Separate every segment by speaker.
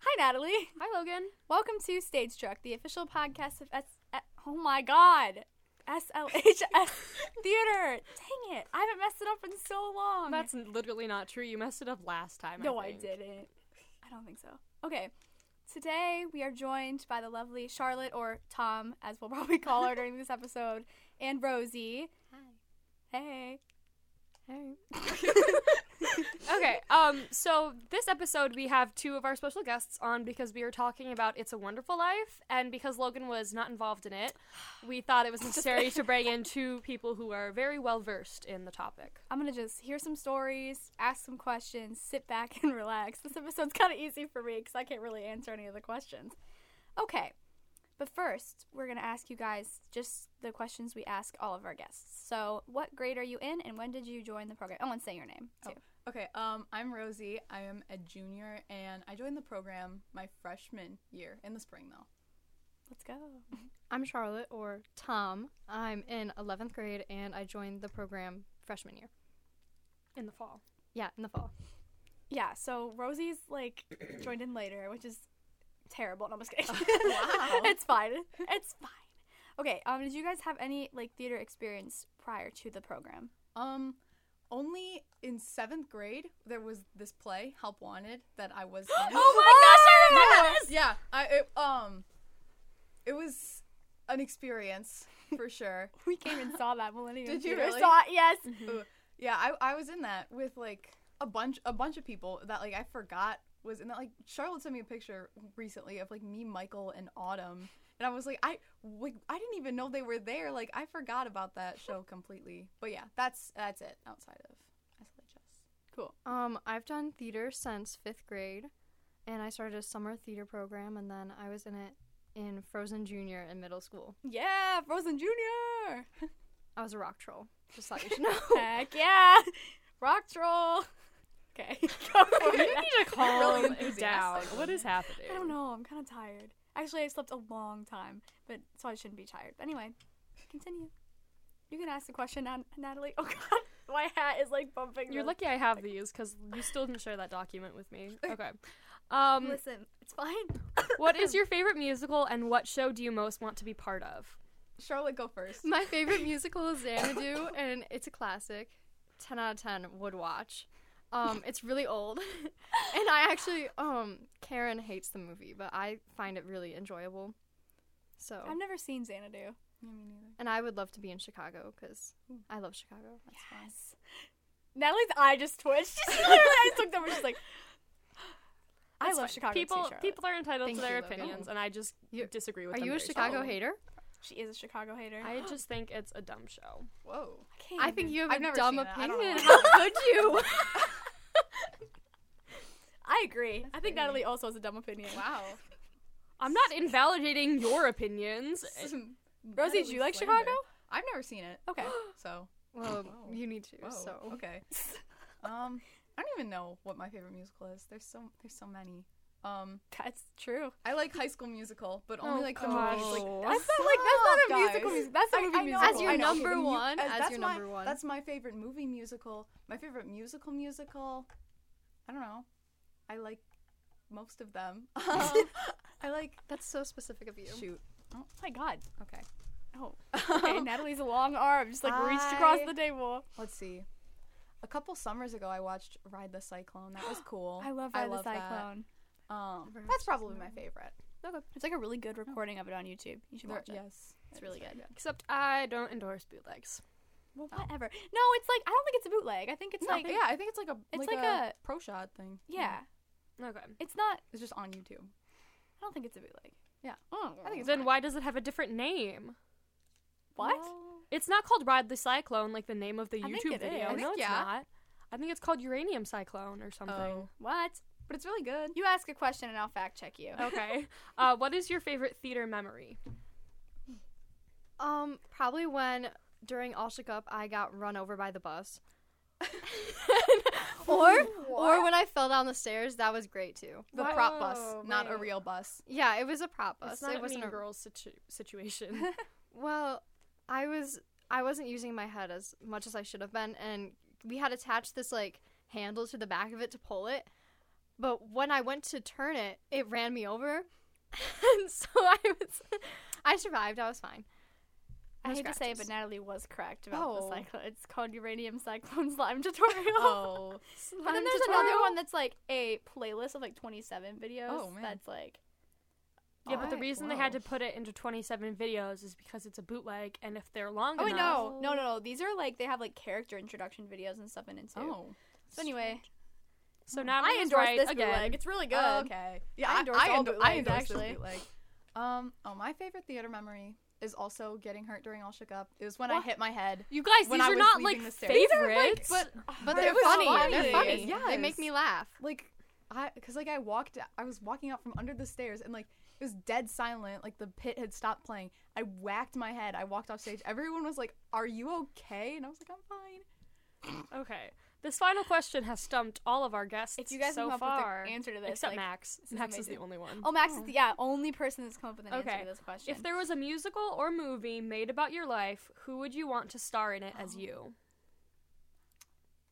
Speaker 1: Hi, Natalie.
Speaker 2: Hi, Logan.
Speaker 1: Welcome to Stage Struck, the official podcast of S. eh, Oh my God, SLHS Theater. Dang it, I haven't messed it up in so long.
Speaker 2: That's n- literally not true. You messed it up last time.
Speaker 1: no,
Speaker 2: I,
Speaker 1: I
Speaker 2: think.
Speaker 1: didn't. I don't think so. Okay, today we are joined by the lovely Charlotte, or Tom, as we'll probably call her during this episode, and Rosie. Hi. Hey.
Speaker 2: okay. Um. So this episode, we have two of our special guests on because we were talking about "It's a Wonderful Life," and because Logan was not involved in it, we thought it was necessary to bring in two people who are very well versed in the topic.
Speaker 1: I'm gonna just hear some stories, ask some questions, sit back and relax. This episode's kind of easy for me because I can't really answer any of the questions. Okay, but first, we're gonna ask you guys just the questions we ask all of our guests. So, what grade are you in, and when did you join the program? Oh, and say your name too.
Speaker 3: Okay, um, I'm Rosie. I am a junior, and I joined the program my freshman year in the spring, though.
Speaker 1: Let's go.
Speaker 4: I'm Charlotte or Tom. I'm in 11th grade and I joined the program freshman year.
Speaker 2: In the fall.
Speaker 4: Yeah, in the fall.
Speaker 1: Yeah. So Rosie's like joined in later, which is terrible. No, I'm just kidding.
Speaker 3: Wow.
Speaker 1: it's fine. It's fine. Okay. Um, did you guys have any like theater experience prior to the program?
Speaker 3: Um, only in seventh grade there was this play, Help Wanted, that I was. in.
Speaker 1: Oh my gosh! I
Speaker 3: yeah, yeah. I it, um, it was an experience for sure.
Speaker 1: We came and saw that Millennium.
Speaker 3: Did you
Speaker 1: Theater.
Speaker 3: really?
Speaker 1: Saw it, yes.
Speaker 3: Ooh. Yeah, I, I was in that with like a bunch a bunch of people that like I forgot was in that like Charlotte sent me a picture recently of like me, Michael, and Autumn. And I was like, I like, I didn't even know they were there. Like I forgot about that show completely. But yeah, that's that's it outside of SLHS. Cool.
Speaker 4: Um, I've done theater since 5th grade and I started a summer theater program and then I was in it in Frozen Junior in middle school.
Speaker 1: Yeah, Frozen Junior.
Speaker 4: I was a rock troll. Just thought you should know.
Speaker 1: Heck yeah, rock troll. Okay, go for
Speaker 2: You
Speaker 1: it.
Speaker 2: need to
Speaker 3: Really
Speaker 2: calm
Speaker 3: enthusiastic.
Speaker 2: down. What is happening?
Speaker 1: I don't know. I'm kind of tired. Actually, I slept a long time, but so I shouldn't be tired. But anyway, continue. You can ask the question, Nat- Natalie. Oh God, my hat is like bumping.
Speaker 2: You're
Speaker 1: the-
Speaker 2: lucky I have these because you still didn't share that document with me. Okay. Um,
Speaker 1: Listen, it's fine.
Speaker 2: what is your favorite musical and what show do you most want to be part of?
Speaker 3: Charlotte, go first.
Speaker 4: My favorite musical is Xanadu, and it's a classic. 10 out of 10 would watch. Um, it's really old. and I actually, um, Karen hates the movie, but I find it really enjoyable. So,
Speaker 1: I've never seen Xanadu.
Speaker 3: Yeah, me neither.
Speaker 4: and I would love to be in Chicago because
Speaker 3: Hmm.
Speaker 4: I love Chicago.
Speaker 1: Yes. Natalie's eye just twitched. She literally just looked over. She's like, I
Speaker 2: That's
Speaker 1: love
Speaker 2: fine.
Speaker 1: Chicago.
Speaker 2: People,
Speaker 1: too, Charlotte.
Speaker 2: people are entitled
Speaker 4: Thank
Speaker 2: to their
Speaker 4: you, Logan.
Speaker 2: opinions, and I just
Speaker 4: You-
Speaker 2: disagree with
Speaker 4: Are
Speaker 2: them.
Speaker 4: you a
Speaker 2: very
Speaker 4: Chicago
Speaker 2: strongly.
Speaker 4: hater?
Speaker 1: She is a Chicago hater.
Speaker 2: I just think it's a dumb show.
Speaker 3: Whoa.
Speaker 1: can't
Speaker 4: I
Speaker 1: even-
Speaker 4: think you have
Speaker 3: I've
Speaker 4: a
Speaker 3: never
Speaker 4: dumb
Speaker 3: seen it. I don't
Speaker 4: opinion.
Speaker 3: know.
Speaker 4: How could you?
Speaker 1: I agree. I think
Speaker 3: crazy.
Speaker 1: Natalie also has a dumb opinion.
Speaker 3: Wow.
Speaker 2: I'm not invalidating your opinions.
Speaker 3: eh,
Speaker 1: Rosie, do you like Chicago?
Speaker 3: I've never seen it.
Speaker 1: Okay.
Speaker 3: So.
Speaker 4: well,
Speaker 3: Whoa.
Speaker 4: you need to.
Speaker 3: Whoa,
Speaker 4: So,
Speaker 3: okay. um, I don't even know what my favorite musical is. There's so there's so many. Um,
Speaker 1: That's true.
Speaker 3: I like High School Musical, but only
Speaker 2: Oh,
Speaker 3: like the movies. Like,
Speaker 2: gosh.
Speaker 1: That's not like that's not a
Speaker 3: Stop,
Speaker 1: musical
Speaker 3: guys.
Speaker 1: music. That's a
Speaker 3: I-
Speaker 1: movie
Speaker 3: I know,
Speaker 1: musical.
Speaker 4: As your
Speaker 3: I know,
Speaker 4: number
Speaker 3: but mu-
Speaker 4: one, as
Speaker 3: that's
Speaker 4: your
Speaker 3: my,
Speaker 4: number one.
Speaker 3: That's my favorite movie musical. My favorite musical musical. I don't know. I like most of them. Um, I like.
Speaker 4: that's so specific of you.
Speaker 3: Shoot.
Speaker 1: Oh my god.
Speaker 3: Okay.
Speaker 1: Oh. Okay, Natalie's long arm just like reached
Speaker 3: I-
Speaker 1: across the table.
Speaker 3: Let's see. A couple summers ago, I watched Ride the Cyclone. That was cool.
Speaker 1: I love Ride the
Speaker 3: that.
Speaker 1: Cyclone.
Speaker 3: Um,
Speaker 4: Never
Speaker 3: that's
Speaker 4: watched this
Speaker 3: probably my
Speaker 4: movie.
Speaker 3: favorite.
Speaker 1: It's like a really good recording of it on YouTube. You should
Speaker 3: There-
Speaker 1: watch it.
Speaker 3: Yes,
Speaker 1: It's
Speaker 3: it
Speaker 1: really
Speaker 3: is very
Speaker 1: good.
Speaker 2: Except I don't endorse bootlegs.
Speaker 1: Well, whatever. No, it's like I don't think it's a bootleg. I think it's
Speaker 3: No,
Speaker 1: like
Speaker 3: yeah, I think it's like a
Speaker 1: it's
Speaker 3: like,
Speaker 1: like
Speaker 3: a,
Speaker 1: a-
Speaker 3: pro shot thing. Mm-hmm.
Speaker 1: yeah.
Speaker 2: Okay.
Speaker 1: It's not.
Speaker 3: it's just on YouTube.
Speaker 1: I don't think it's a bootleg.
Speaker 3: Yeah.
Speaker 1: Oh.
Speaker 3: I think it's
Speaker 2: Then why does it have a different name?
Speaker 1: what?
Speaker 2: It's not called Ride the Cyclone, like the name of the
Speaker 1: I think
Speaker 2: YouTube
Speaker 1: it
Speaker 2: video.
Speaker 1: is. I
Speaker 2: no,
Speaker 3: think-
Speaker 2: it's
Speaker 3: yeah.
Speaker 2: not. I think it's called Uranium Cyclone or something.
Speaker 3: Oh,
Speaker 1: What?
Speaker 3: but it's really good.
Speaker 1: You ask a question and I'll fact check you.
Speaker 2: Okay. uh, what is your favorite theater memory?
Speaker 4: Um, probably when during All Shook Up, I got run over by the bus. or or when I fell down the stairs, that was great too.
Speaker 3: The
Speaker 2: Why-
Speaker 3: prop bus,
Speaker 2: Whoa,
Speaker 3: not a
Speaker 2: wait.
Speaker 3: real bus.
Speaker 4: Yeah, it was a prop bus.
Speaker 2: It's not
Speaker 4: Uh, it wasn't
Speaker 2: mean
Speaker 4: a
Speaker 2: girls situ- situation.
Speaker 4: Well, I was I wasn't using my head as much as I should have been, and we had attached this like handle to the back of it to pull it. But when I went to turn it, it ran me over, and so I was I survived. I was fine.
Speaker 1: I
Speaker 4: No
Speaker 1: hate to say it, but
Speaker 4: scratches.
Speaker 1: Natalie was correct about
Speaker 3: Oh.
Speaker 1: the cyclone. It's called uranium cyclone slime tutorial.
Speaker 3: Oh,
Speaker 1: And then there's another one that's like a playlist of like 27 videos.
Speaker 3: Oh, man.
Speaker 1: That's like
Speaker 2: yeah, but the
Speaker 3: I-
Speaker 2: reason they had
Speaker 3: whoa.
Speaker 2: to put it into 27 videos is because it's a bootleg, and if they're long
Speaker 1: oh wait,
Speaker 2: enough,
Speaker 1: no, no, no, no. These are like they have like character introduction videos and stuff in it too.
Speaker 3: oh,
Speaker 1: So anyway,
Speaker 2: so Natalie
Speaker 1: I
Speaker 2: was
Speaker 1: endorse
Speaker 2: right
Speaker 1: this
Speaker 2: again.
Speaker 1: bootleg. It's really good.
Speaker 3: okay. Yeah,
Speaker 1: Uh, I
Speaker 3: I
Speaker 1: endorse
Speaker 3: I,
Speaker 1: all
Speaker 3: endo- I
Speaker 1: bootlegs,
Speaker 3: endorse this
Speaker 1: actually.
Speaker 3: bootleg. Um, oh, my favorite theater memory is also getting hurt during All Shook Up. It was when I
Speaker 2: What?
Speaker 3: hit my head.
Speaker 2: You guys,
Speaker 3: When
Speaker 2: these
Speaker 3: I
Speaker 2: are
Speaker 3: was
Speaker 2: not like
Speaker 3: leaving the stairs.
Speaker 2: favorites.
Speaker 3: These
Speaker 2: but
Speaker 4: But
Speaker 3: But
Speaker 4: they're
Speaker 3: it was
Speaker 4: funny.
Speaker 3: funny.
Speaker 4: They're funny.
Speaker 3: Yes.
Speaker 4: They make me laugh.
Speaker 3: like I because like I walked I was walking out from under the stairs and like it was dead silent like the pit had stopped playing I whacked my head I walked off stage everyone was like are you okay and I was like I'm fine
Speaker 2: okay, this final question has stumped all of our guests.
Speaker 1: If you guys
Speaker 2: so
Speaker 1: come up
Speaker 2: far,
Speaker 1: with the answer to this,
Speaker 2: except
Speaker 1: like,
Speaker 2: Max,
Speaker 1: is
Speaker 2: Max is
Speaker 1: amazing.
Speaker 2: the only one.
Speaker 1: oh, Max is the yeah only person that's come up with an
Speaker 2: Okay.
Speaker 1: answer to this question.
Speaker 2: If there was a musical or movie made about your life, who would you want to star in it
Speaker 1: Oh,
Speaker 2: as you?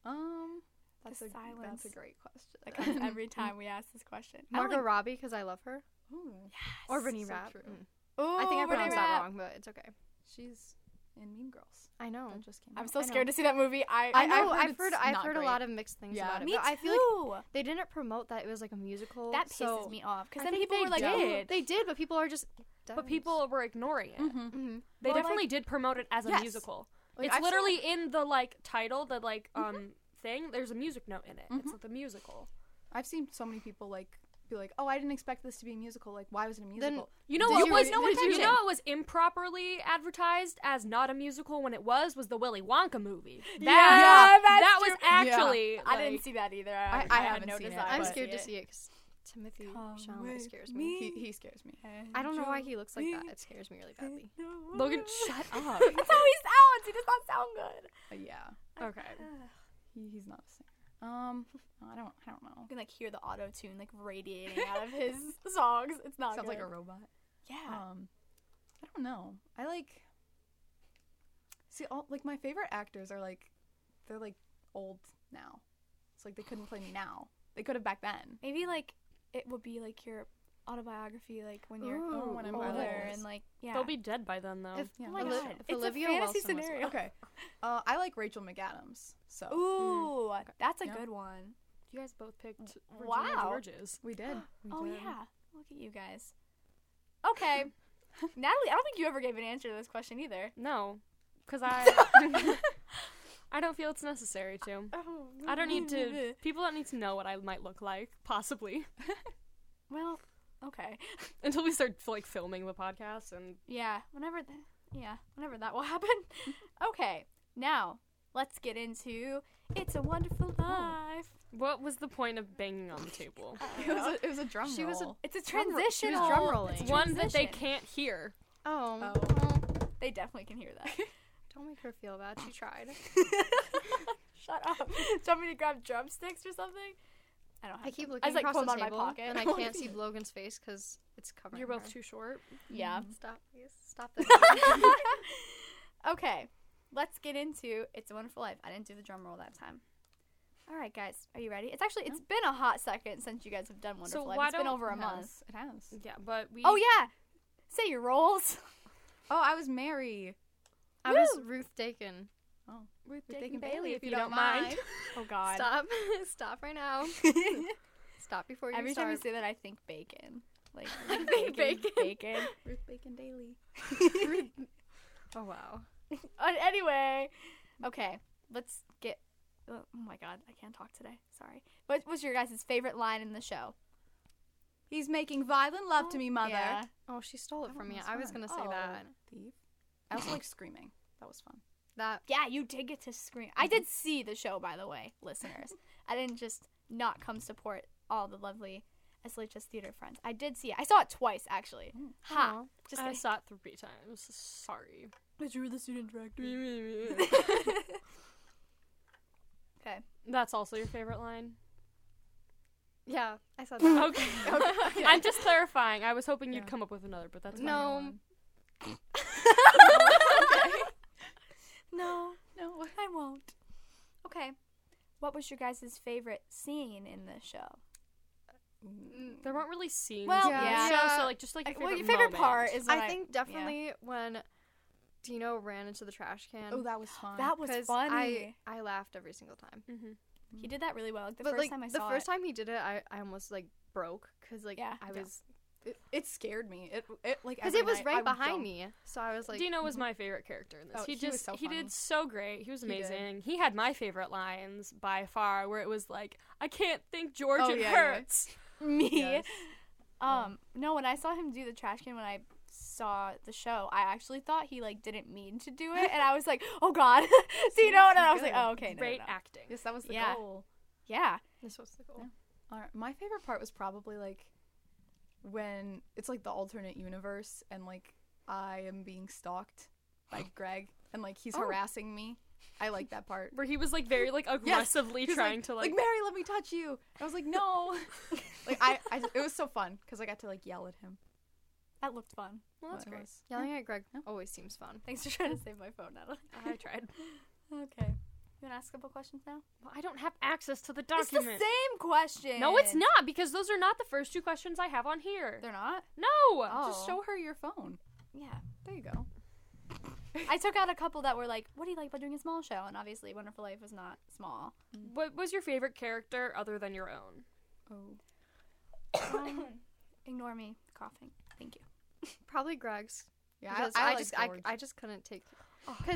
Speaker 3: um that's
Speaker 1: The
Speaker 3: a
Speaker 1: silence.
Speaker 3: that's a great question
Speaker 1: That comes every time we ask this question.
Speaker 4: Margot Robbie because I love her.
Speaker 3: Ooh,
Speaker 4: Or Vinnie
Speaker 3: so
Speaker 4: Rapp.
Speaker 3: true.
Speaker 4: Mm.
Speaker 1: Ooh,
Speaker 4: I think I
Speaker 1: Renee
Speaker 4: pronounced that
Speaker 1: Oh, Rapp.
Speaker 4: wrong, but it's okay.
Speaker 3: she's in Mean Girls
Speaker 4: I know.
Speaker 3: that just came
Speaker 1: Oh. I'm
Speaker 3: out.
Speaker 1: so
Speaker 4: I know.
Speaker 1: scared to see that movie. I
Speaker 4: I
Speaker 3: I've
Speaker 4: know.
Speaker 3: heard
Speaker 4: I've
Speaker 3: it's
Speaker 4: heard. I've
Speaker 3: not
Speaker 4: heard a
Speaker 3: great.
Speaker 4: lot of mixed things
Speaker 3: Yeah.
Speaker 4: about it.
Speaker 1: me too.
Speaker 4: but I feel like they didn't promote that it was like a musical.
Speaker 1: that pisses
Speaker 4: so
Speaker 1: me off because
Speaker 4: I
Speaker 1: then
Speaker 4: think
Speaker 1: people
Speaker 4: they
Speaker 1: were like, "Oh,
Speaker 4: did. they did, but people are just.
Speaker 2: But people were ignoring it.
Speaker 3: Mhm.
Speaker 4: hmm
Speaker 2: They
Speaker 1: Mm-hmm. Well,
Speaker 2: definitely did promote it as a
Speaker 3: Yes.
Speaker 2: musical.
Speaker 3: Like,
Speaker 2: it's
Speaker 3: I've seen
Speaker 2: literally in the like title, the like um
Speaker 1: Mm-hmm.
Speaker 2: thing. There's a music note in it. It's like the musical.
Speaker 3: I've seen so many people like be like oh I didn't expect this to be a musical like why was it a
Speaker 4: Then-
Speaker 3: musical
Speaker 2: You know
Speaker 4: Did
Speaker 2: what
Speaker 4: you
Speaker 2: was
Speaker 4: read-
Speaker 2: no
Speaker 4: did you
Speaker 2: you
Speaker 4: read
Speaker 2: know it was improperly advertised as not a musical when it was was the Willy Wonka movie. That, that was
Speaker 3: Yeah.
Speaker 2: actually
Speaker 1: I didn't see that either. I,
Speaker 3: I- I
Speaker 1: had
Speaker 3: haven't
Speaker 1: no
Speaker 3: seen it,
Speaker 1: desire
Speaker 4: I'm
Speaker 3: but-
Speaker 4: scared to see it 'cause Timothy
Speaker 1: Come
Speaker 4: Chalamet
Speaker 1: with
Speaker 4: scares
Speaker 1: Oh, me.
Speaker 4: me.
Speaker 3: he, he scares me
Speaker 4: I don't know why he looks like that. It scares me really badly.
Speaker 2: Logan, shut up.
Speaker 1: That's how he sounds. He does not sound good.
Speaker 3: Uh, yeah
Speaker 2: Okay.
Speaker 3: he, he's not a singer um I don't I don't know
Speaker 1: You can like hear the auto tune like radiating out of his songs. It's not
Speaker 3: sounds
Speaker 1: good.
Speaker 3: like a robot
Speaker 1: yeah.
Speaker 3: Um, I don't know. I like. See, all like my favorite actors are like, they're like old now. It's like they couldn't play me now. They could have back then.
Speaker 1: Maybe like it would be like your autobiography, like when you're
Speaker 4: Ooh,
Speaker 3: Oh, when I'm
Speaker 1: older
Speaker 3: old.
Speaker 1: and like yeah.
Speaker 2: They'll be dead by then though.
Speaker 4: If,
Speaker 3: Yeah.
Speaker 1: oh my
Speaker 4: Oli-
Speaker 1: god,
Speaker 4: if
Speaker 1: it's
Speaker 4: Olivia
Speaker 1: a fantasy
Speaker 4: Wilson was
Speaker 1: scenario.
Speaker 3: Okay. Uh, I like Rachel McAdams. So
Speaker 4: Mm-hmm.
Speaker 1: Ooh, that's a
Speaker 3: Yeah.
Speaker 1: good one.
Speaker 2: you guys both picked Regina
Speaker 1: Wow.
Speaker 2: Georges.
Speaker 3: we did.
Speaker 1: Oh yeah, look at you guys. Okay, Natalie, I don't think you ever gave an answer to this question either.
Speaker 2: No, because I I don't feel it's necessary to. I don't need to. People don't need to know what I might look like, possibly,
Speaker 1: Well, okay.
Speaker 2: until we start like filming the podcast. And
Speaker 1: Yeah, whenever th- yeah, whenever that will happen. okay. Now, let's get into It's a Wonderful
Speaker 4: Oh.
Speaker 1: Life.
Speaker 2: what was the point of banging on the table?
Speaker 3: It was a, it was a drum
Speaker 4: She
Speaker 3: roll.
Speaker 4: was a-
Speaker 1: It's a
Speaker 4: Drum roll- she
Speaker 1: transition.
Speaker 4: was drum rolling.
Speaker 2: One that they
Speaker 1: Transition.
Speaker 2: can't hear.
Speaker 4: Oh,
Speaker 1: They definitely can hear that.
Speaker 4: don't make her feel bad. She tried.
Speaker 1: Shut up. Do you want me to grab drumsticks or something? I don't have
Speaker 4: I keep
Speaker 1: them.
Speaker 4: looking
Speaker 1: I just, like,
Speaker 4: across
Speaker 1: put
Speaker 4: the
Speaker 1: them on my
Speaker 4: table,
Speaker 1: pocket.
Speaker 4: and I
Speaker 1: What
Speaker 4: can't
Speaker 1: is
Speaker 4: see Logan's face because it's covering.
Speaker 2: You're both
Speaker 4: her.
Speaker 2: too short.
Speaker 1: Yeah.
Speaker 4: Stop, please. Stop that.
Speaker 1: Okay. Let's get into It's a Wonderful Life. I didn't do the drum roll that time. All right, guys, are you ready? It's actually it's been a hot second since you guys have done Wonderful Life.
Speaker 2: why
Speaker 1: It's been
Speaker 2: don't-
Speaker 1: over a
Speaker 3: It
Speaker 1: month.
Speaker 3: has. It has.
Speaker 2: Yeah, but we.
Speaker 1: Oh yeah. Say your roles.
Speaker 3: Oh, I was Mary.
Speaker 4: I was Ruth Dakin.
Speaker 3: Oh,
Speaker 1: Dick
Speaker 3: Dick
Speaker 1: and
Speaker 3: and
Speaker 1: Bailey,
Speaker 2: if you don't mind.
Speaker 1: Oh god.
Speaker 4: Stop. Stop right now. Stop before you
Speaker 1: Every time you
Speaker 4: start.
Speaker 1: say that, I think bacon. Like
Speaker 4: think
Speaker 1: bacon, bacon.
Speaker 3: Ruth Bacon Daly.
Speaker 4: oh wow.
Speaker 1: Uh, anyway, okay, let's get. Oh my god, I can't talk today. Sorry. What was your guys' favorite line in the show?
Speaker 3: He's making violent love to me, mother.
Speaker 1: Yeah.
Speaker 4: Oh, she stole it
Speaker 3: That
Speaker 4: from
Speaker 3: one
Speaker 4: me.
Speaker 3: was
Speaker 4: I was
Speaker 3: fun.
Speaker 4: gonna say
Speaker 1: Oh.
Speaker 4: that.
Speaker 3: Thief. I also like screaming. That was fun.
Speaker 4: That
Speaker 1: Yeah, you did get to scream. I did see the show, by the way, listeners. I didn't just not come support all the lovely SLHS theater friends. I did see it. I saw it twice, actually.
Speaker 4: Mm.
Speaker 1: Ha!
Speaker 4: Aw.
Speaker 1: Just
Speaker 2: I
Speaker 1: kidding.
Speaker 2: saw it three times. Sorry.
Speaker 1: But you were the student director.
Speaker 2: okay.
Speaker 1: Okay.
Speaker 2: That's also your favorite line.
Speaker 4: Yeah, I said that.
Speaker 2: Okay. I'm just clarifying. I was hoping you'd
Speaker 3: Yeah.
Speaker 2: come up with another, but that's my
Speaker 4: No.
Speaker 2: one.
Speaker 1: No,
Speaker 3: No.
Speaker 1: I won't. Okay. What was your guys' favorite scene in the show?
Speaker 3: Mm.
Speaker 4: Mm.
Speaker 2: There weren't really scenes.
Speaker 1: Well,
Speaker 2: in the
Speaker 1: yeah.
Speaker 2: show,
Speaker 4: Yeah.
Speaker 2: so like just like your favorite,
Speaker 1: well, your favorite
Speaker 2: moment.
Speaker 1: part is when
Speaker 4: I think definitely when Dino ran into the trash can.
Speaker 3: Oh, that was fun.
Speaker 1: that was
Speaker 4: 'cause
Speaker 1: funny.
Speaker 4: I, I laughed every single time.
Speaker 2: Mhm.
Speaker 1: he did that really well. Like, the
Speaker 4: but
Speaker 1: first
Speaker 4: like
Speaker 1: time I
Speaker 4: the
Speaker 1: saw
Speaker 4: first
Speaker 1: it,
Speaker 4: time he did it, I, I almost like broke because like
Speaker 1: Yeah.
Speaker 4: I
Speaker 1: Yeah.
Speaker 4: was
Speaker 3: it, it scared me. It it like
Speaker 4: because
Speaker 3: every
Speaker 4: it was
Speaker 3: night I
Speaker 4: right
Speaker 3: would
Speaker 4: behind
Speaker 3: jump.
Speaker 4: me, so I was like,
Speaker 2: Dino was my favorite character in this.
Speaker 3: Oh,
Speaker 2: mm-hmm. he
Speaker 3: he was
Speaker 2: just
Speaker 3: so
Speaker 2: he
Speaker 3: funny.
Speaker 2: did so great. He was
Speaker 3: He did.
Speaker 2: amazing. He, had my favorite lines by far, where it was like, "I can't think George
Speaker 3: Oh,
Speaker 2: it
Speaker 3: yeah, yeah.
Speaker 2: hurts."
Speaker 1: me.
Speaker 3: Yes.
Speaker 1: Um, no, when I saw him do the trash can when I saw the show, I actually thought he like didn't mean to do it, and I was like, "Oh God, so you know?" And
Speaker 3: he's
Speaker 1: I was like,
Speaker 3: good.
Speaker 1: "Oh, okay, no, no,
Speaker 2: Great
Speaker 1: no.
Speaker 2: acting.
Speaker 3: Yes, that was the
Speaker 1: Yeah.
Speaker 3: goal.
Speaker 1: yeah,
Speaker 4: this was the goal.
Speaker 3: All right, my favorite part was probably like when it's like the alternate universe and like I am being stalked by Greg and like
Speaker 4: Oh.
Speaker 3: he's harassing me. I like that part.
Speaker 2: Where he was like very like aggressively
Speaker 3: He's
Speaker 2: trying to like,
Speaker 3: Mary, let me touch you. I was like, no. like I, I, it was so fun because I got to like yell at him.
Speaker 1: that looked fun."
Speaker 2: Well, that's
Speaker 3: It
Speaker 2: great.
Speaker 3: was-
Speaker 4: Yelling at Greg
Speaker 3: Yeah.
Speaker 4: always seems fun.
Speaker 1: Thanks for trying to save my phone, Natalie.
Speaker 2: I tried.
Speaker 1: Okay, you want to ask a couple questions now?
Speaker 2: Well, I don't have access to the
Speaker 1: It's the
Speaker 2: document.
Speaker 1: same question.
Speaker 2: Oh, no, it's not because those are not the first two questions I have on here.
Speaker 1: They're Oh. not.
Speaker 2: no.
Speaker 3: Just show her your phone.
Speaker 1: Yeah.
Speaker 3: There you go.
Speaker 1: I took out a couple that were like, "What do you like about doing a small show?" And obviously, Wonderful Life was not small.
Speaker 2: What was your favorite character other than your own?
Speaker 3: Oh,
Speaker 1: Um, ignore me coughing. Thank you.
Speaker 4: Probably Greg's.
Speaker 3: yeah.
Speaker 4: because
Speaker 3: I,
Speaker 4: I,
Speaker 3: like
Speaker 4: just I,
Speaker 3: George.
Speaker 4: I just couldn't take.